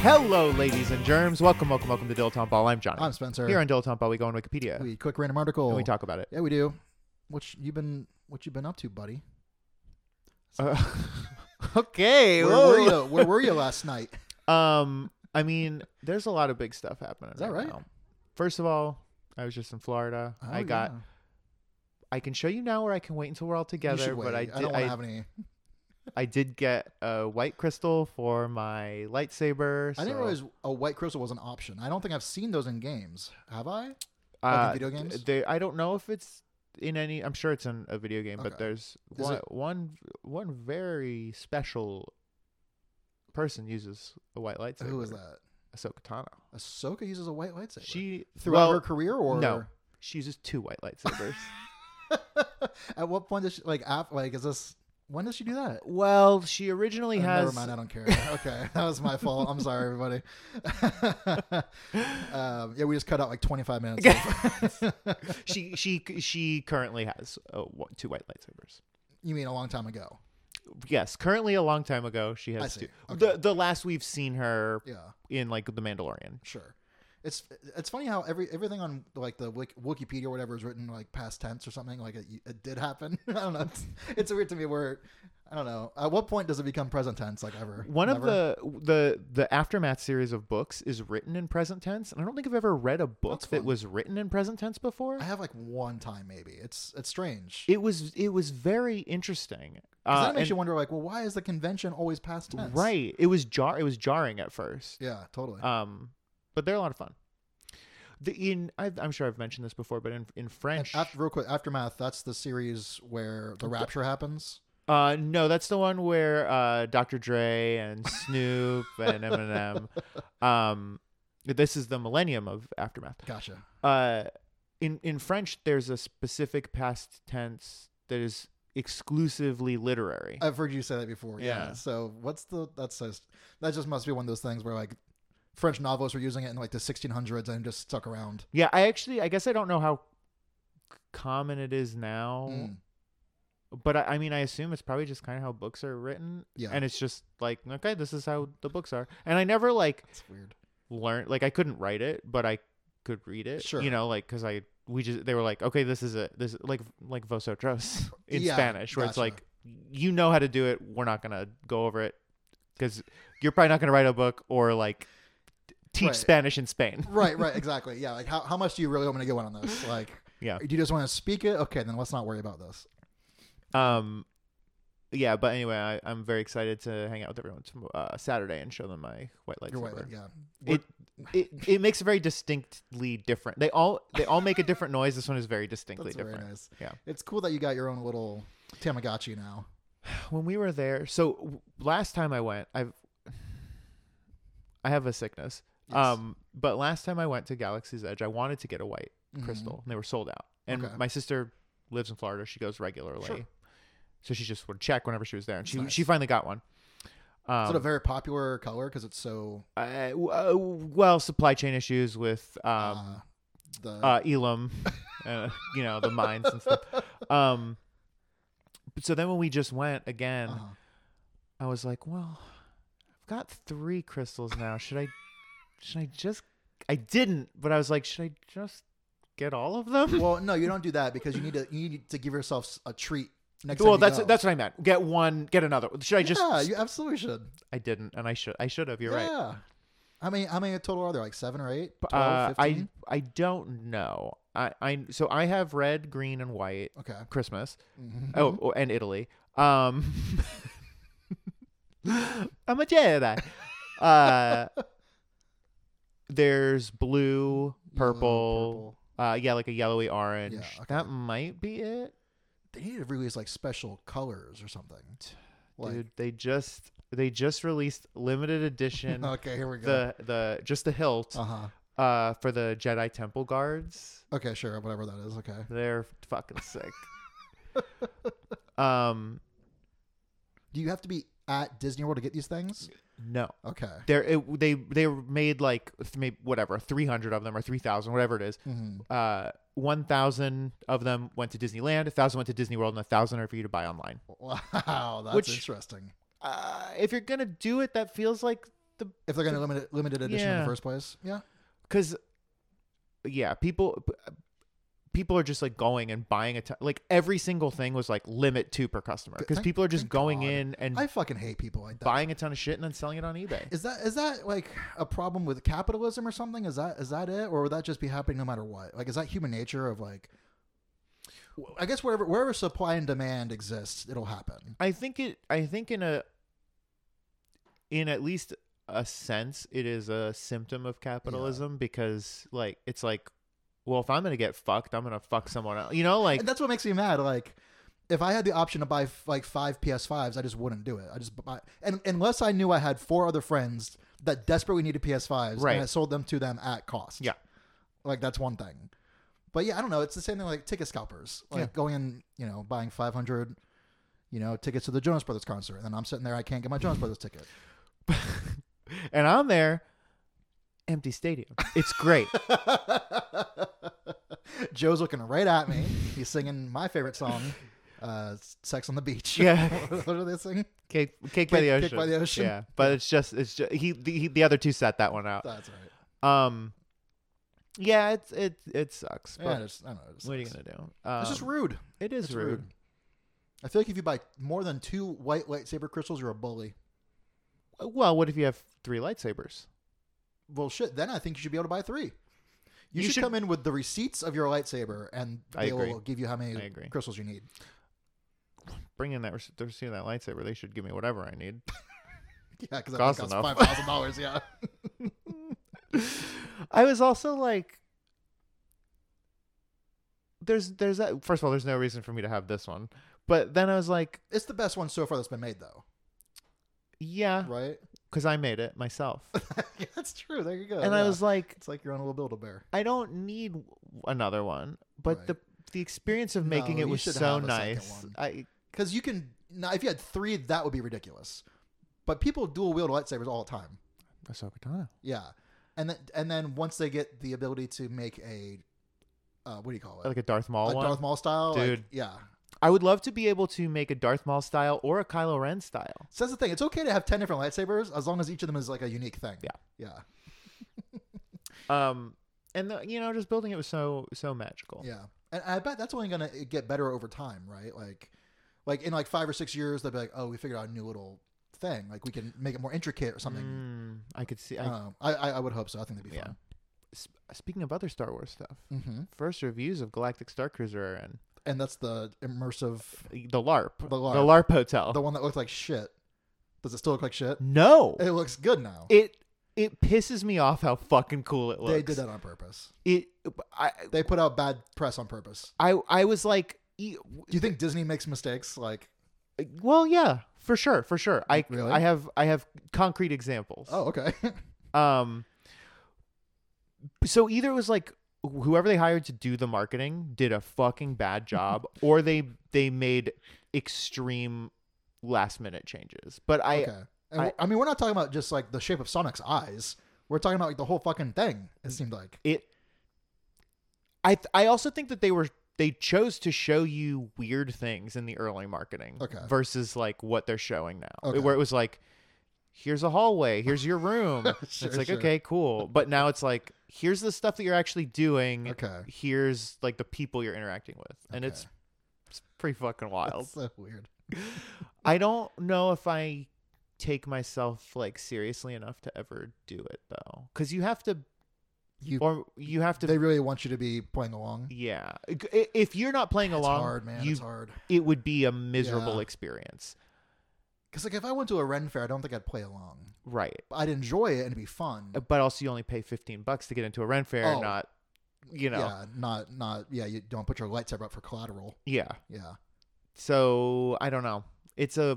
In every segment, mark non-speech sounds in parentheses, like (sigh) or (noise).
Hello, ladies and germs. Welcome, welcome, welcome to Dilettante Ball. I'm Johnny. I'm Spencer. Here on Dilettante Ball, we go on Wikipedia we quick random article. and we talk about it. Yeah, we do. What you been? What you been up to, buddy? Uh, okay. Where were you? Where were you last night? you? Um, I mean, there's a lot of big stuff happening. Is that right? Oh, now. First of all, I was just in Florida. (laughs) I got. I can show you now, or I can wait until we're all yeah. You together. should But I wait. did. I don't I, want to have any. I did get a white crystal for my lightsaber. I didn't so, realize a white crystal was an option. I don't think I've seen those in games. Have I? uh, Like in video games? They, I don't know if it's in any. I'm sure it's in a video game, but Okay. there's Is one, it- one, one very special person uses a white lightsaber. Who is that? Ahsoka Tano. Ahsoka uses a white lightsaber. She throughout well, her career, or no, she uses two white lightsabers. (laughs) At what point does she like? Af, like, is this? When does she do that? well, she originally Oh, has. Never mind. I don't care. (laughs) Okay, that was my fault. I'm sorry, everybody. (laughs) um, yeah, we just cut out like 25 minutes. of- (laughs) she she she currently has uh, wh- two white lightsabers. You mean a long time ago? Yes, currently a long time ago she has see. two. Okay. The the last we've seen her Yeah, in like the Mandalorian. sure. It's it's funny how every everything on like the Wik- Wikipedia or whatever is written like past tense or something. Like it, it did happen. (laughs) I don't know. It's, it's weird to me where I don't know. At what point does it become present tense? Like ever? One Never? of the the the aftermath series of books is written in present tense, and I don't think I've ever read a book That's that fun. was written in present tense before. I have like one time maybe. It's it's strange. It was it was very interesting. 'Cause Uh, that makes and- you wonder like, well, why is the convention always past tense? right. It was jar. It was jarring at first. Yeah, totally. Um, but they're a lot of fun. The in i I'm sure I've mentioned this before, but in in And French, after, real quick, aftermath. That's the series where the rapture happens. uh, no, that's the one where uh Dr. Dre and Snoop and (laughs) Eminem. Um, this is the millennium of aftermath. Gotcha. uh, in in French, there's a specific past tense that is exclusively literary. I've heard you say that before. Yeah. Yeah. So what's the that says that just must be one of those things where like French novelists were using it in like the 1600s and just stuck around. yeah, I actually, I guess I don't know how c- common it is now, Mm. but I, I mean, I assume it's probably just kind of how books are written. Yeah. and it's just like, okay, this is how the books are, and I never like That's weird. learned, like I couldn't write it, but I could read it. Sure. you know, like because I we just they were like, okay, this is it, this like like vosotros (laughs) in Yeah, Spanish, where it's gotcha. like you know how to do it. We're not gonna go over it because you're probably not gonna write a book or like t- teach Right. Spanish in Spain. Right, right, exactly. Yeah, like how, how much do you really want me to go on this? Like, Yeah. do you just want to speak it? Okay, then let's not worry about this. Um, yeah, but anyway, I, I'm very excited to hang out with everyone tom- uh, Saturday and show them my white lightsaber. You're right. Yeah, It, it it makes a very distinctly different. They all they all make a different noise. This one is very distinctly that's very different. nice. Yeah. it's cool that you got your own little Tamagotchi now. when we were there so w- last time i went i've i have a sickness Yes. um but last time i went to galaxy's edge i wanted to get a white Mhm. crystal and they were sold out and Okay. my sister lives in florida she goes regularly Sure. so she just would check whenever she was there and she That's nice. she finally got one um, Is it a very popular color because it's so I- w- uh, well supply chain issues with um uh, the uh, Elam, uh, you know, the mines and (laughs) stuff. Um, but so then when we just went again, uh-huh. I was like, well, I've got three crystals now. Should I, should I just, I didn't, but I was like, should I just get all of them? well, no, you don't do that because you need to you need to give yourself s- a treat next time. (laughs) Well, you that's go. that's what I meant. Get one, get another. Should I just? yeah, you absolutely should. I didn't, and I should. I should have. You're right. Yeah. How many how many total are there? Like seven or eight? But, 12, uh, I 15? I don't know. I I so I have red, green, and white Okay. Christmas. Mhm. Oh, oh, and Italy. Um, (laughs) I'm a Jedi. Uh, there's blue, Yellow, purple, Uh, yeah, like a yellowy orange. okay. That might be it, They need to release like special colors or something. Like, (laughs) dude. They just they just released limited edition (laughs) okay, here we go. the the just the hilt Uh huh. uh for the Jedi Temple guards. Okay, sure, whatever that is. Okay. They're fucking (laughs) sick. um, Do you have to be at Disney World to get these things? no. Okay. There, it, they they made like th- maybe whatever three hundred of them or three thousand, whatever it is. hmm Uh, one thousand of them went to Disneyland, a thousand went to Disney World, and a thousand are for you to buy online. Wow, that's Which- interesting. Uh, if you're gonna do it, that feels like the If they're gonna limit it, limited edition in Yeah. the first place, yeah. because yeah people people are just like going and buying a ton like every single thing was like limit two per customer because Thank- people are just thank going God. in and I fucking hate people like that. buying a ton of shit and then selling it on ebay Is that is that like a problem with capitalism or something? Is that is that it, or would that just be happening no matter what? Like, is that human nature of like? I guess wherever wherever supply and demand exists, it'll happen. i think it i think in a in at least a sense it is a symptom of capitalism because like it's like well if i'm gonna get fucked i'm gonna fuck someone else you know like and that's what makes me mad. Like, if I had the option to buy f- like five PS5s, I just wouldn't do it. I just buy, and unless I knew I had four other friends that desperately needed PS5s, Right. and I sold them to them at cost. Yeah. like that's one thing. But yeah, I don't know. It's the same thing like ticket scalpers, like Yeah. going and you know buying five hundred, you know, tickets to the Jonas Brothers concert, and then I'm sitting there, I can't get my Jonas Brothers ticket. (laughs) and i'm there empty stadium it's (laughs) great Joe's looking right at me. He's singing my favorite song, uh, "Sex on the Beach." Yeah. (laughs) what are they singing? Cake, cake by the Cake- ocean. Cake by the Ocean. Yeah, but it's just it's just he the, he, the other two set that one out. That's right. Um, yeah, it's it it sucks. But Yeah, it's, I don't know. It what are you sucks. gonna do? Um, It's just rude. It is It's rude. rude. I feel like if you buy more than two white lightsaber crystals, you're a bully. Well, what if you have three lightsabers? Well, shit. Then I think you should be able to buy three. You You, should, should- come in with the receipts of your lightsaber, and I they agree. will give you how I many agree. crystals you need. (laughs) Bring in that rec- they're seeing that lightsaber. They should give me whatever I need. (laughs) Yeah, because that Costs costs enough. five thousand (laughs) dollars. Yeah. I was also like, there's there's that. First of all, there's no reason for me to have this one. But then I was like, It's the best one so far that's been made, though, yeah, right? (laughs) because I made it myself. (laughs) yeah, that's true. There you go. and I yeah. was like, it's like you're on a little build a bear. I don't need w- another one, but Right. the the experience of making No, it you was should so have a second nice. one. I Because you can now, if you had three, that would be ridiculous. But people dual wield lightsabers all the time. Ahsoka Tano. Yeah, and then and then once they get the ability to make a, uh, what do you call it? like a Darth Maul Like one. Darth Maul style, like- Dude. yeah. I would love to be able to make a Darth Maul style or a Kylo Ren style. So that's the thing. It's okay to have ten different lightsabers as long as each of them is like a unique thing. Yeah. yeah, Um, and the, you know, just building it was so so magical. yeah. And I bet that's only gonna get better over time, right? Like, like in like five or six years, they'll be like, oh, we figured out a new little thing. Like we can make it more intricate or something. Mm, I could see. I, Um, I, I I would hope so. I think that'd be yeah. fun. S- speaking of other Star Wars stuff, hmm first reviews of Galactic Star Cruiser are in And that's the immersive, the LARP, the LARP. Hotel. the one that looked like shit. Does it still look like shit? no, It looks good now. it it pisses me off how fucking cool it looks. They did that on purpose. It, I, They put out bad press on purpose. I I was like, e- Do you think Disney makes mistakes? Like, well, yeah, for sure, for sure. I Really? I have I have concrete examples. oh, okay. (laughs) Um. So either it was like whoever they hired to do the marketing did a fucking (laughs) bad job, or they they made extreme last minute changes. But I okay. And I, mean, we're not talking about just like the shape of Sonic's eyes. We're talking about like the whole fucking thing. It seemed like. it I th- I also think that they were they chose to show you weird things in the early marketing Okay. versus like what they're showing now Okay. where it was like here's a hallway here's (laughs) your room (laughs) Sure, it's like sure. okay cool but now it's like here's the stuff that you're actually doing Okay. here's like the people you're interacting with and Okay. it's, it's pretty fucking wild That's so weird. i don't know if i take myself like seriously enough to ever do it though cuz you have to You, or you have to they really want you to be playing along. yeah. I- If you're not playing along, it's hard, man. you- it's hard. it would be a miserable Yeah. experience. Because like if I went to a Ren fair, I don't think I'd play along. Right. Uh, But I'd enjoy it and it'd be fun. But also you only pay 15 bucks to get into a rent fair, Mm. Oh. not you know yeah, not not yeah. You don't put your lightsaber up for collateral. yeah. Yeah, So I don't know. It's a.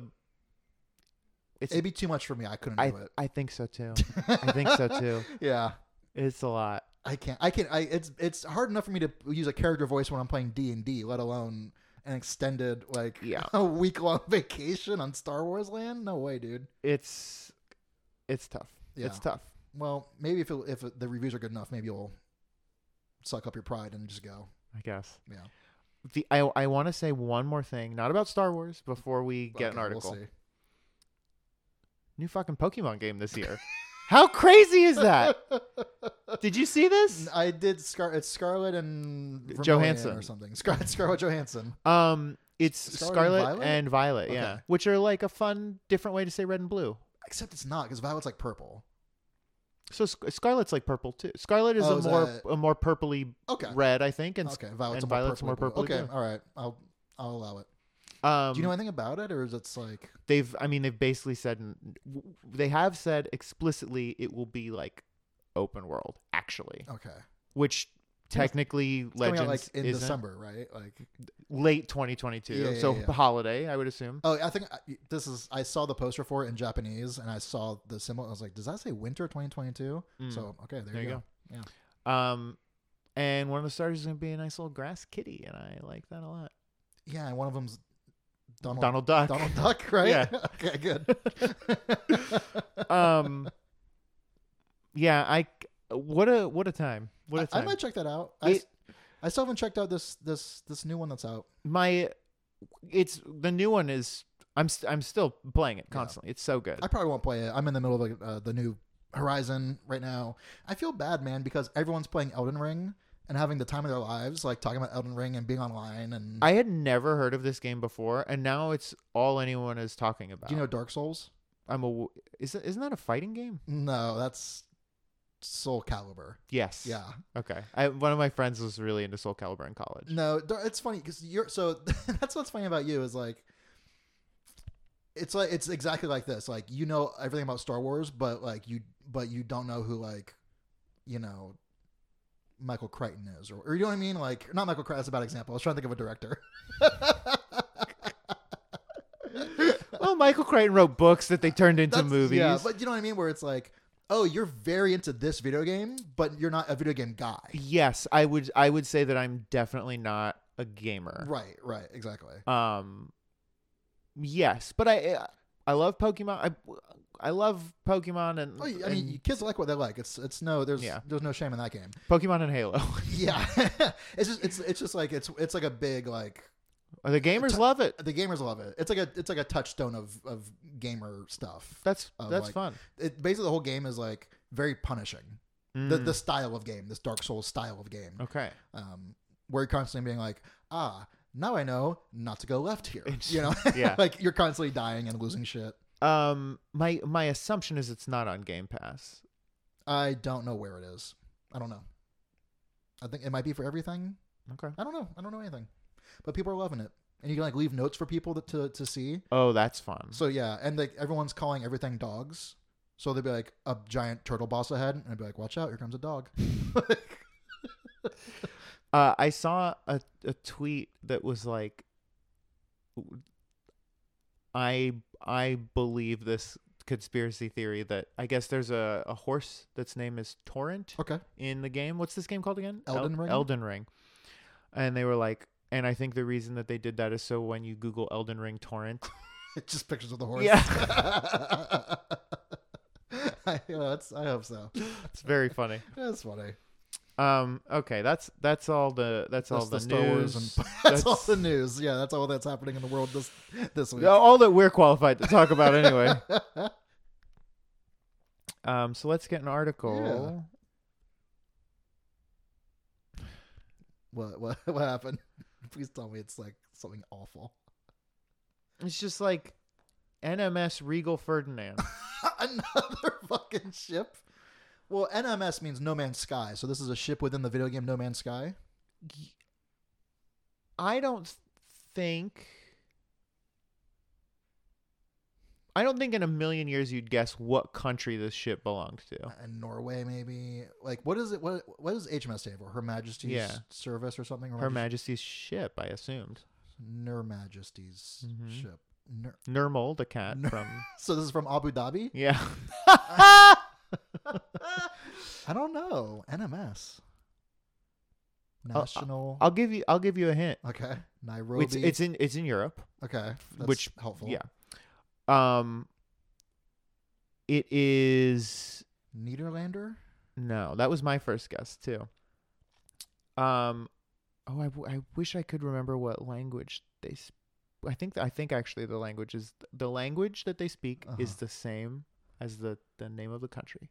It's. it'd be too much for me. I couldn't I do it. I think so too. I think so too. (laughs) Yeah, It's a lot. I can't. I can. I it's it's hard enough for me to use a character voice when I'm playing D and D, let alone an extended like Yeah. a week long (laughs) vacation on Star Wars land. No way, dude. It's. It's tough. It's Yeah. tough. Well, maybe if it, if the reviews are good enough, maybe you'll suck up your pride and just go. I guess. Yeah. The I I want to say one more thing, not about Star Wars, before we get Okay, an article. We'll see. New fucking Pokemon game this (laughs) year. How crazy is that? Did you see this? I did Scar. It's Scarlet and Vermilion Johansson. or something. Scar- (laughs) Scarlet Johansson. Um, it's Scarlet, Scarlet and Violet? and Violet, yeah, Okay. which are like a fun, different way to say red and blue. Except it's not because Violet's like purple. So Sc- Scarlet's like purple too. Scarlet is Oh, a is more that- a more purpley Okay. red, I think, and s- okay. Violet's, and a more Violet's purpley more blue. purpley Okay. blue. All right. I'll I'll allow it. um, Do you know anything about it, or is it's like they've. I mean, they've basically said n- w- they have said explicitly it will be like open world, actually, okay? which technically Oh. It's coming Legends out like in isn't. December, right? Like, late 2022, Yeah, yeah, so yeah. holiday, I would assume. oh, I think I, this is. I saw the poster for it in Japanese, and I saw the symbol. I was like, does that say winter 2022? Mm. So okay, there, There you go. Yeah. Um, and one of the stars is going to be a nice little grass kitty, and I like that a lot. Yeah, and one of them's Donald Donald Duck. Donald Duck, (laughs) right? Yeah. okay, good. (laughs) um, yeah, I. What a what a time! (laughs) What a I, I time! might check that out. I, It- s- I still haven't checked out this this this new one that's out. My, it's the new one is. I'm st- I'm still playing it constantly. It's so good. I probably won't play it. I'm in the middle of uh, the new Horizon right now. I feel bad, man, because everyone's playing Elden Ring and having the time of their lives, like talking about Elden Ring and being online. And I had never heard of this game before, and now it's all anyone is talking about. do you know Dark Souls? I'm a. Is it- isn't that a fighting game? No, that's Soul Calibur. Yes. (laughs) Yeah, Okay. I, one of my friends was really into Soul Calibur in (laughs) college. no, Dar- it's funny because you're so. (laughs) that's what's funny about you is like. It's like it's exactly like this. Like you know everything about Star Wars, but like you, but you don't know who like, you know, Michael Crichton is, or, or you know what I mean? Like, not Michael Crichton. That's a bad example. I was trying to think of a director. Well, Michael Crichton wrote books that they turned into (laughs) That's- movies. yeah, but you know what I mean? Where it's like, oh, you're very into this video game, but you're not a video game guy. yes, I would. I would say that I'm definitely not a gamer. Right, right, exactly. Um, yes, but I eh, I love Pokemon. I I love Pokemon and, Oh, I and mean, kids like what they like. It's it's no, there's Yeah. there's no shame in (laughs) that game. Pokemon and Halo. Yeah, (laughs) it's just it's it's just like it's it's like a big like the gamers love it. the gamers love it. It's like a it's like a touchstone of of gamer stuff. That's Of, that's like, fun. It basically the whole game is like very punishing. The Mm, Oh. the style of game, this Dark Souls style of game, (laughs) okay. um, where you're constantly being like, ah, now I know not to go left here. You know, (laughs) yeah. like you're constantly dying and losing shit. Um, my my assumption is it's not on Game Pass. I don't know where it is. I don't know. I think it might be for everything. Okay. I don't know. I don't know anything, but people are loving it, and you can like leave notes for people to to, to see. Oh, that's fun. So yeah, and like everyone's calling everything dogs. So they'd be like a giant turtle boss ahead, and I'd be like, "Watch out! Here comes a dog." (laughs) Uh, I saw a, a tweet that was like, I I believe this conspiracy theory that I guess there's a, a horse that's name is Torrent okay. (laughs) in the game. What's this game called again? Elden Ring? Elden Ring. And they were like, and I think the reason that they did that is so when you Google Elden Ring Torrent, It's just pictures of the horse. Yeah. (laughs) I, yeah, that's, I hope so. it's very funny. That's funny. Um, okay, that's that's all the that's, all That's the, the Star news. Wars and (laughs) (laughs) that's, all the news. Yeah, that's all that's happening in the world this this week. all that we're qualified to talk about (laughs) anyway. Um, so let's get an article. What (laughs) what what happened? Please tell me it's like something awful. It's just like NMS Regal Ferdinand. (laughs) Another fucking ship. Well, NMS means No Man's Sky, so this is a ship within the video game No Man's Sky. I don't think I don't think in a million years you'd guess what country this shit belongs to. and Norway maybe. Like what is it? What what does HMS stand for? Her Majesty's Yeah. Service or something? Her Majesty's ship, I assumed. Her Majesty's Mhm. ship. Ner- Nirmal, the cat Nur- from. (laughs) so this is from Abu Dhabi. (laughs) Yeah. I don't know. NMS. I'll- National. I'll give you. I'll give you a hint. okay. Nairobi. It's, it's in. It's in Europe. okay. That's which- helpful. Yeah. Um. It is Niederlander. no. That was my first guess too. Um. Oh, I, w- I wish I could remember what language they. Sp- I think I think actually the language is the language that they speak is Uh-huh. the same as the the name of the country.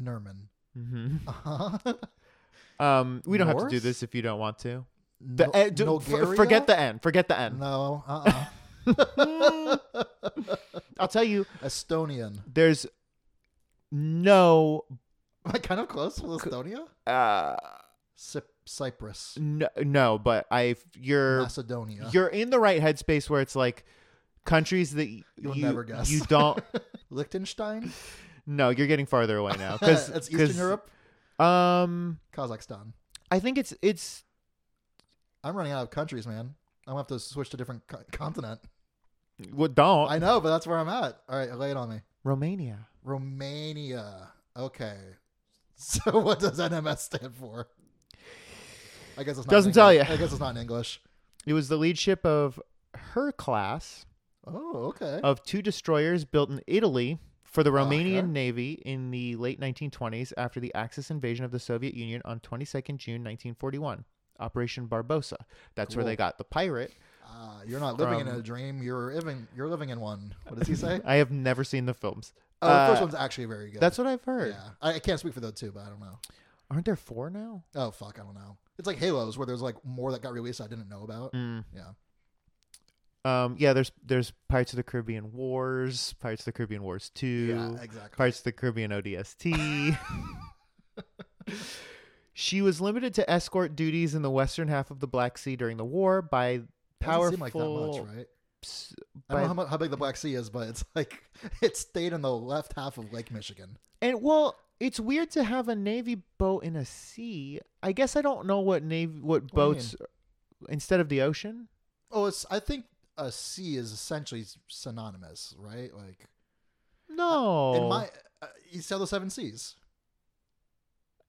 Nerman. (laughs) hmm Uh-huh. (laughs) Um. We don't have to do Norse? this if you don't want to. The, No- eh, do- f- Nulgaria? forget the end. Forget the (laughs) end. No. Uh. uh I'll tell you. Estonian. There's no Am I kind of close with Estonia? uh Cy- Cyprus. no, no but i you're Macedonia. you're in the right headspace where it's like countries that y- You'll you never guess. you (laughs) don't Liechtenstein. no you're getting farther away now (laughs) because That's Eastern Europe. um Kazakhstan. i think it's it's I'm running out of countries, man. I'm gonna have to switch to different co- continent. well don't I know, but that's where I'm at. All right, lay it on me. romania Romania. Okay. (laughs) So what does NMS stand for? I guess it's not in Doesn't tell English. you. I guess it's not in English. it was the lead ship of her class Oh, okay. of two destroyers built in italy for the Romanian Oh, Okay. Navy in the late 1920s after the Axis invasion of the Soviet Union on 22nd June 1941, Operation Barbosa. That's where Cool. they got the pirate Uh, you're not living in From- a dream. You're living. You're living in one. What does he (laughs) say? (laughs) I have never seen the films. Oh, the first Uh, one's actually very good. That's what I've heard. yeah. I, I can't speak for those two, but I don't know. Aren't there four now? Oh fuck, I don't know. It's like Halos, where there's like more that got released I didn't know about. Yeah. Um, yeah, there's there's Pirates of the Caribbean Wars, Pirates of the Caribbean Wars Two, Yeah, exactly. Pirates of the Caribbean ODST. she was limited to escort duties in the western half of the Black Sea during the war by powerful. Doesn't seem like that much, right? s- I don't know by- how, mu- how big the Black Sea is, but it's (laughs) like it stayed in the left half of Lake Michigan. And well, it's weird to have a navy boat in a sea. I guess I don't know what navy what do you boats instead of the ocean. Oh, it's. I think a sea is essentially synonymous, right? Like No, in my, uh, you sail the seven seas.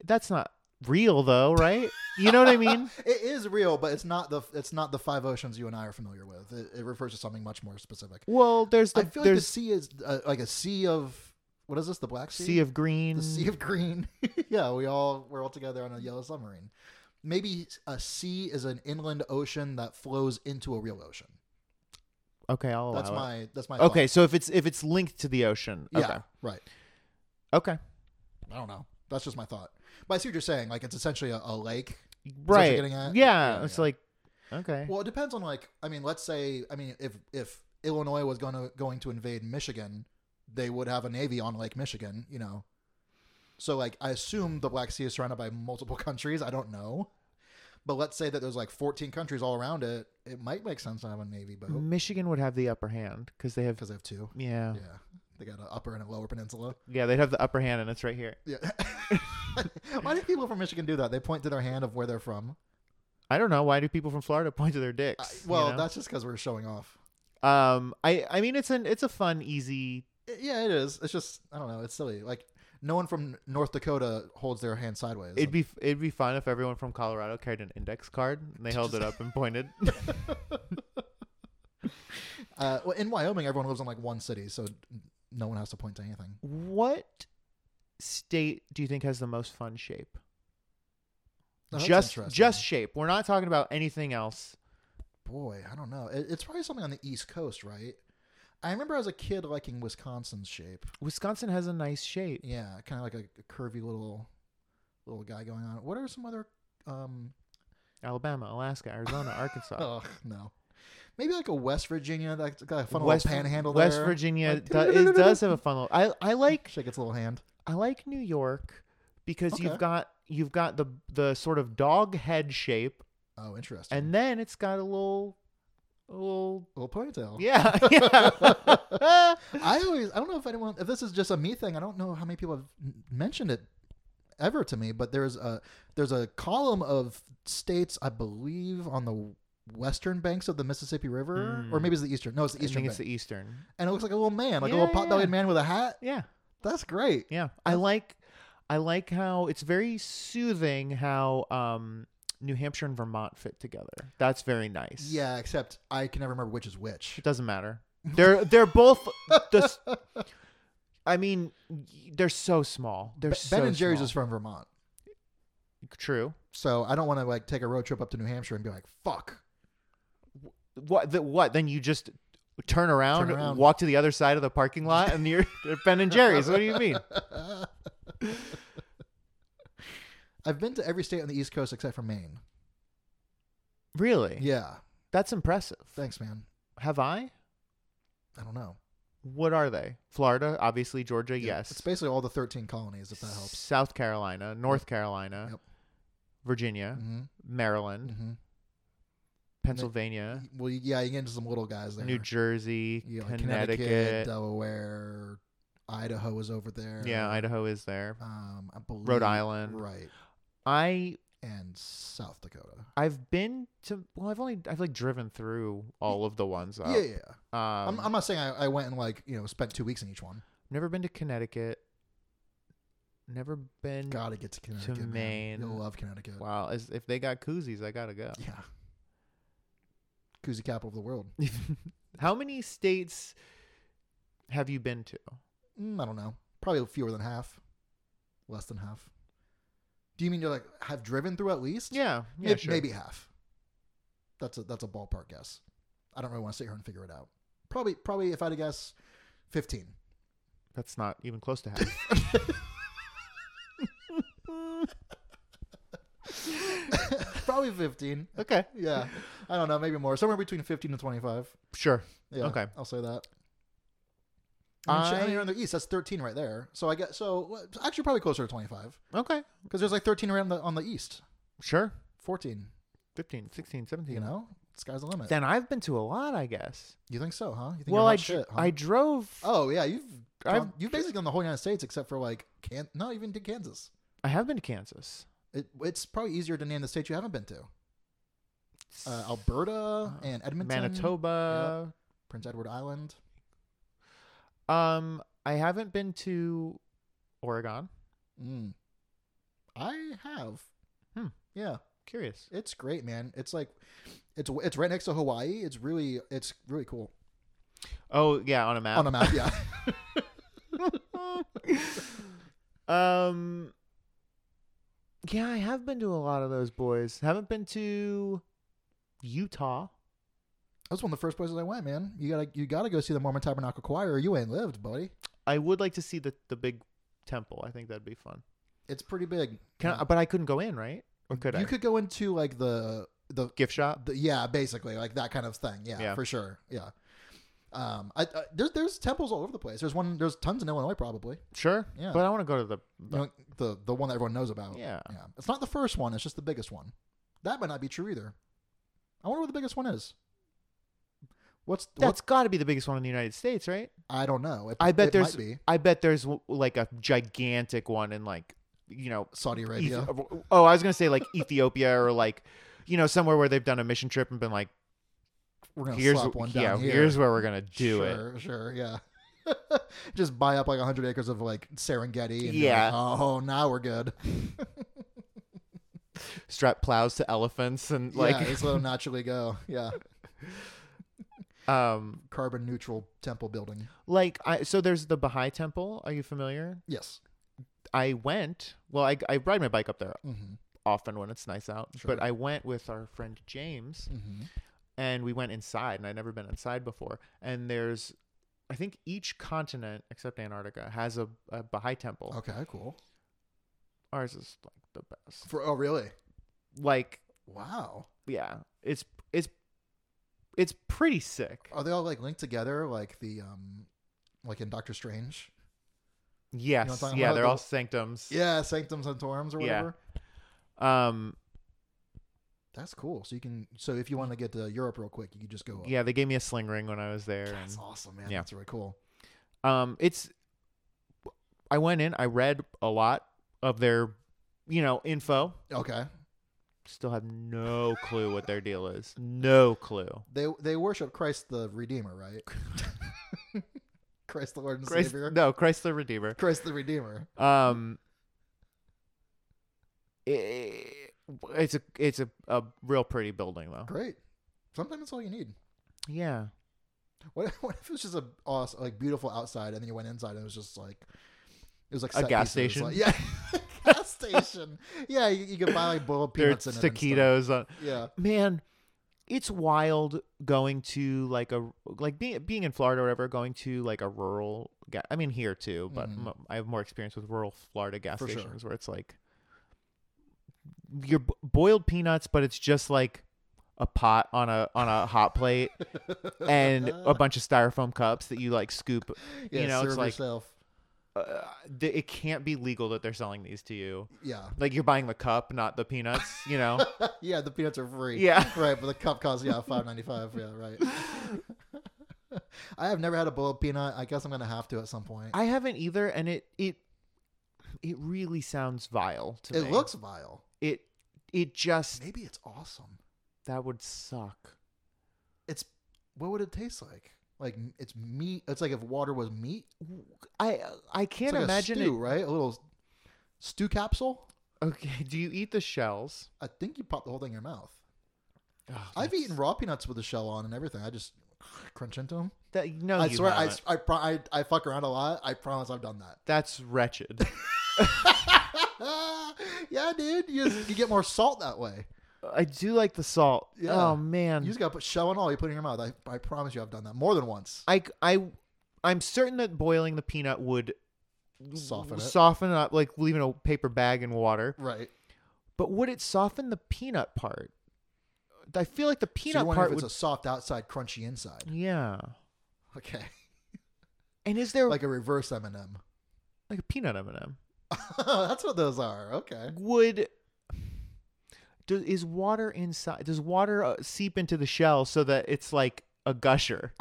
that's not real though, right? You know what I (laughs) mean? It is real, but it's not the it's not the five oceans you and I are familiar with. It, it refers to something much more specific. Well, there's the I feel like the there's sea is uh, like a sea of what is this? The Black Sea. sea of green. the sea of green. (laughs) yeah, we all we're all together on a yellow submarine. Maybe a sea is an inland ocean that flows into a real ocean. okay, I'll That's allow it. my that's my Oh, Okay, so if it's if it's linked to the ocean, thought. Yeah, okay, right. okay, I don't know. That's just my thought. But I see what you're saying. Like it's essentially a, a lake. what you're right? getting at? Yeah, Yeah, it's yeah. like okay, Well, it depends on like I mean, let's say I mean if if Illinois was going to going to invade Michigan, they would have a navy on Lake Michigan, you know. So like I assume the Black Sea is surrounded by multiple (laughs) countries, I don't know. But let's say that there's like 14 countries all around it, it might make sense to have a navy boat Michigan would have the upper hand because they have because they have two. Mm. yeah, Yeah. They got an upper and a lower peninsula. yeah they'd have the upper hand and it's right here. Yeah. (laughs) Why do people from Michigan do that? They point to their hand of where they're from. I don't know why do people from Florida (laughs) point to their I- dicks. you well, know? that's just because we're showing off. um, I I mean it's an it's a fun easy I- Yeah, it is. It's just I don't know. It's silly. Like no one from North Dakota holds their hand sideways. It'd be it'd be fun if everyone from Colorado carried an index card and they held it up and (laughs) pointed. (laughs) uh, well, in Wyoming, everyone lives in like one city, so no one has to point to anything. what state do you think has the most fun shape? Oh, that's just interesting. just shape. We're not talking about anything else. boy, I don't know. It, it's probably something on the East Coast, right? I remember as a kid liking Wisconsin's shape. Wisconsin has a nice shape. Yeah, kind of like a, a curvy little little guy going on. What are some other? Um, Alabama, Alaska, Arizona, (laughs) Arkansas. ugh, no. Maybe like a West Virginia, that's got a fun West, little panhandle West there. Virginia Like- do, (laughs) it does have a funnel. I I like Shake its little hand. I like New York because Okay. you've got you've got the the sort of dog head shape Oh, interesting. and then it's got a little Well, Little ponytail. yeah, (laughs) (laughs) yeah. I always, I don't know if anyone, if this is just a me thing. I don't know how many people have n- mentioned it ever to me, but there's a there's a column of states, I believe, on the western banks of the Mississippi River, Mm. or maybe it's the eastern. No, it's the I eastern think bank, it's the Eastern. and it looks like a little man, like a Yeah, little pot bellied yeah. man with a hat. Yeah, That's great. yeah. I like, I like how it's very soothing how um, New Hampshire and Vermont fit together. That's very nice. Yeah, except I can never remember which is which. It doesn't matter. They're they're both. This, I mean, they're so small. They're Be- so ben and Jerry's small. is from Vermont, true. so I don't want to like take a road trip up to New Hampshire and be like, "Fuck." What? The, what? Then you just turn around, Turn around. walk to the other side of the parking lot, and you're (laughs) they're Ben and Jerry's. What do you (laughs) mean? I've been to every state on the East Coast except for Maine. Really? Yeah, That's impressive. thanks, man. Have I? I don't know. What are they? Florida, obviously. Georgia, it's yes. basically all the thirteen colonies, if that helps. South Carolina, North Carolina, Yep. Virginia, hmm Maryland, hmm Mm-hmm. Pennsylvania, Well, yeah, you get into some little guys there. New Jersey, Yeah, like Connecticut. Delaware, Idaho is over there. yeah, Idaho is there. Um, I believe Island. right, I and South Dakota. I've been to well, I've only I've like driven through all of the ones. Up. yeah, yeah. yeah. Um, I'm, I'm not saying I, I went and like you know spent two weeks in each one. never been to Connecticut. Never been. Gotta get to Connecticut. man. Maine. You'll love Connecticut. Wow, as, if they got koozies, I gotta (laughs) go. (laughs) Yeah. Koozie capital of the world. How many states have you been to? Mm, I don't know. Probably fewer than half. Less than half. Do you mean you like have driven through at least? Yeah, May- yeah, maybe, sure. half. That's a that's a ballpark guess. I don't really want to sit here and figure it out. Probably probably if I had to guess, fifteen. (laughs) That's not even close to half. probably fifteen. okay, Yeah, I don't know. Maybe more. Somewhere between fifteen and twenty-five. sure. Yeah. Okay. I'll say that. I mean, shit, I mean, I- you're on the east. That's 13 right there. So I guess so. well, it's Actually, probably closer to 25 Okay, because there's like 13 around the on the east. sure. 14. 15, 16, 17. You know, sky's the limit. Then I've been to a lot, I guess. you think so, huh? You think well, you're I hot dr- shit, huh? I drove. oh yeah, you've I've- gone- you've basically done the whole United States except for like can no even to Kansas. I have been to Kansas. It, it's probably easier to name the states you haven't been to. Uh, Alberta and Edmonton, Manitoba. Prince Edward Island. Um, I haven't been to Oregon. Mm. I have. Hmm. Yeah. Curious. It's great, man. It's like it's it's right next to Hawaii. It's really it's really cool Oh yeah, on a map. on a map. Yeah, (laughs) um, yeah, I have been to a lot of those boys. Haven't been to Utah. that's one of the first places I went, man. You gotta you gotta go see the Mormon Tabernacle Choir. You ain't lived, buddy. I would like to see the the big temple. I think that'd be fun. It's pretty big. Can I, but I couldn't go in, right? Or could you I? could go into like the the, gift shop. the yeah, basically like that kind of thing. Yeah, Yeah. for sure. Yeah. Um, I, I there's there's temples all over the place. There's one. There's tons in Illinois, probably. Sure. Yeah. But I want to go to the. You know, the the one that everyone knows about. Yeah. yeah. It's not the first one. It's just the biggest one. That might not be true either. I wonder what the biggest one is. What's That's what's got to be the biggest one in the United States, right? I don't know. It- I bet it there's might be I bet there's w- like a gigantic one in like you know Saudi Eth- Arabia. oh I was gonna say like Ethiopia or like you know somewhere where they've done a mission trip and been like We're gonna here's slap one down yeah, here. here's where we're gonna do it sure, Sure, yeah. (laughs) Just buy up like hundred acres of like Serengeti. And be Yeah. like, oh, now we're good. strap plows to elephants and (laughs) like yeah, it's let them naturally go. Yeah, (laughs) um carbon neutral temple building. like I so there's the Baha'i Temple are you familiar Yes. I went well I I ride my bike up there Mm-hmm. often when it's nice out but Sure. I went with our friend James Mm-hmm. and we went inside and i'd never been inside before and there's i think each continent except antarctica has a, a baha'i temple Okay, cool. ours is like the best For oh, really? like Wow. yeah it's it's it's pretty sick Are they all like linked together, like the um, like in Doctor Strange? know yes what I'm talking yeah about? they're The- all sanctums Yeah, sanctum sanctorums or Yeah. whatever. um That's cool. So you can. So if you want to get to Europe real quick, you can just go. Up. Yeah, they gave me a sling ring when I was there. That's and- awesome, man. Yeah. That's really cool. um it's i went in i read a lot of their you know info Okay. still have no clue what their deal is no clue They they worship Christ the Redeemer, (laughs) right? Christ the Lord and christ, Savior. no christ the redeemer Christ the Redeemer. um it, it's a it's a, a real pretty building though Great. Sometimes that's all you need. yeah What if, what if it was just a awesome, like beautiful outside, and then you went inside and it was just like it was like A set gas pieces, station? like- yeah, (laughs) gas station. Yeah, you, you could buy like boiled there's peanuts in it. and stuff. taquitos uh, on, Yeah, man it's wild going to like a like being being in Florida or whatever going to like a rural ga- I mean here too but Mhm. m- I have more experience with rural Florida gas For sure. stations where it's like your b- boiled peanuts but it's just like a pot on a on a hot plate (laughs) and a bunch of styrofoam cups that you like scoop yeah. you know, serve it's like- yourself. uh, th- it can't be legal that they're selling these to you Yeah, like you're buying the cup not the peanuts you (laughs) know yeah. The peanuts are free. Yeah. right. But the cup costs yeah five ninety five. Yeah, right. (laughs) (laughs) I have never had a boiled peanut. I guess I'm gonna have to at some point. I haven't either, and it it it really sounds vile to it me. looks vile. it it just Maybe it's awesome. that would suck. It's what would it taste like? Like it's meat. It's like if water was meat. I I can't it's like imagine a stew, right? A little stew capsule. it. Okay, do you eat the shells? I think you pop the whole thing in your mouth. Ugh, I've that's- eaten raw peanuts with the shell on and everything. I just crunch into them. that. No, I you swear, I, haven't. I, pro- I I fuck around a lot. I promise I've done that. (laughs) that's wretched. yeah, dude, you, just- you get more salt that way. I do like the salt. (laughs) Yeah. Oh You man, just gotta put shell and all you put in your mouth. I, I promise you, I've done that more than once. I I I'm certain that boiling the peanut would Soften it. soften up, like leaving a paper bag in water. Right. But would it soften the peanut part? I feel like the so peanut you wonder part if it's would. Mm. a soft outside, crunchy inside. yeah. Okay, And is there like a reverse M and m (laughs) like a peanut M&M. That's what those are. Okay. Would do, is water inside? Does water uh, seep into the shell so that it's like a (laughs) gusher?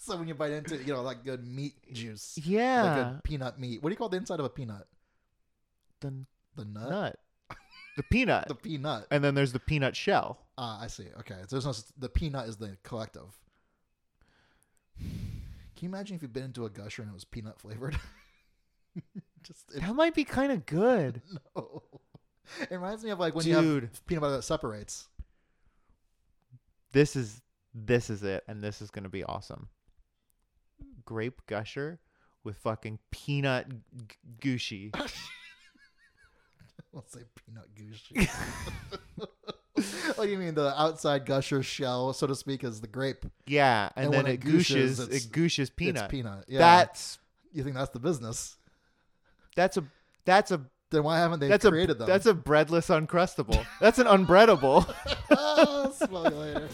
So when you bite into, it, you know, like good meat juice. Yeah, Like a peanut meat. What do you call the inside of a peanut? the The nut? nut, the peanut, The peanut. and then there's the peanut shell. Ah, I see. Okay. So there's no, s- the peanut is the collective. Can you imagine if you bit into a gusher and it was peanut flavored? (laughs) Just it, That might be kind of good, no. It reminds me of like when you dude. have peanut butter that separates. This is this is it, and this is gonna be awesome. Grape gusher with fucking peanut g- gushy. (laughs) Let's say peanut gusher. (laughs) what do you mean? The outside gusher shell, so to speak, is the grape. Yeah, and, And then when it it gooshes, gooshes. it's- it gooshes peanut. It's peanut. Yeah. That's you think that's the business? that's a that's a Then why haven't they that's created a them? that's a breadless (laughs) uncrustable. That's an unbreadable. Ah, smell you later.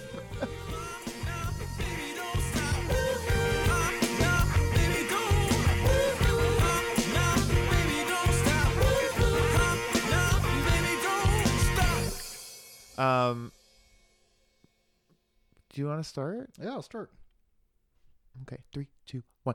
Baby, don't stop. Ah, nah, baby, don't. Ah, nah, baby, don't stop. Ah, nah, baby, don't stop. Um, do you want to start? Yeah, I'll start. Okay, three, two, one.